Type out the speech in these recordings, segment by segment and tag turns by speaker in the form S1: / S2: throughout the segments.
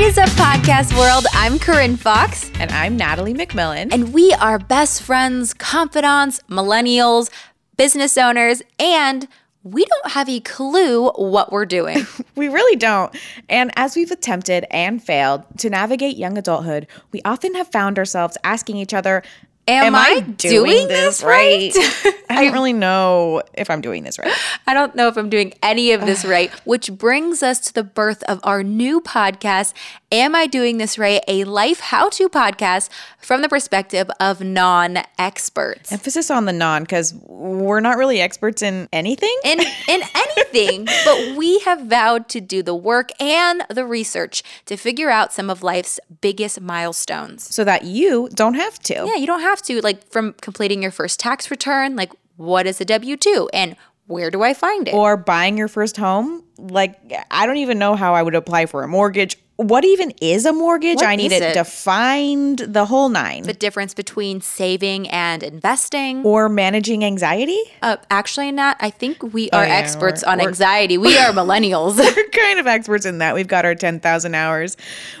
S1: is up, podcast world? I'm Corinne Fox,
S2: And I'm Natalie McMillan.
S1: and we are best friends, confidants, millennials, business owners, and we don't have a clue what we're doing.
S2: we really don't. And as we've attempted and failed to navigate young adulthood, we often have found ourselves asking each other,
S1: Am I doing this
S2: I don't really know if I'm doing this right.
S1: I don't know if I'm doing any of this right, which brings us to the birth of our new podcast, Am I Doing This Right? A life how to podcast from the perspective of non experts.
S2: Emphasis on the non, because we're not really experts in anything.
S1: in in anything but we have vowed to do the work and the research to figure out some of life's biggest milestones
S2: so that you don't have to.
S1: yeah you don't have to like from completing your first tax return like what is a w2 and where do i find it
S2: Or buying your first home. Like, I don't even know how I would apply for a mortgage. What even is a mortgage?
S1: What
S2: I need
S1: is
S2: it
S1: it?
S2: defined the whole nine.
S1: the difference between saving and investing
S2: or managing anxiety?
S1: uh, actually not i think we are
S2: Oh, yeah,
S1: experts
S2: we're-
S1: on anxiety we are millennials
S2: We're kind of experts in that. We've got our 10,000 hours.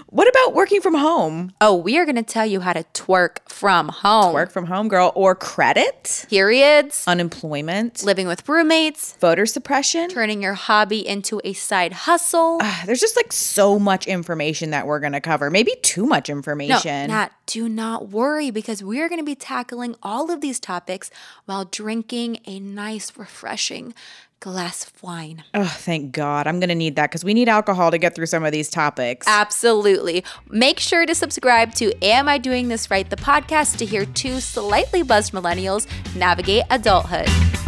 S2: What about working from home?
S1: oh we are going to tell you how to twerk from home
S2: Work from home, girl, or credit,
S1: periods
S2: unemployment,
S1: living with roommates
S2: voter suppression.
S1: turning your hobby into a side hustle
S2: Ah, There's just like so much information that we're going to cover. Maybe too much
S1: No,
S2: information.
S1: Nat, do not worry because we are going to be tackling all of these topics while drinking a nice, refreshing glass of wine.
S2: oh, thank God. I'm going to need that because we need alcohol to get through some of these topics.
S1: Absolutely. Make sure to subscribe to Am I Doing This Right, the podcast, to hear two slightly buzzed millennials navigate adulthood.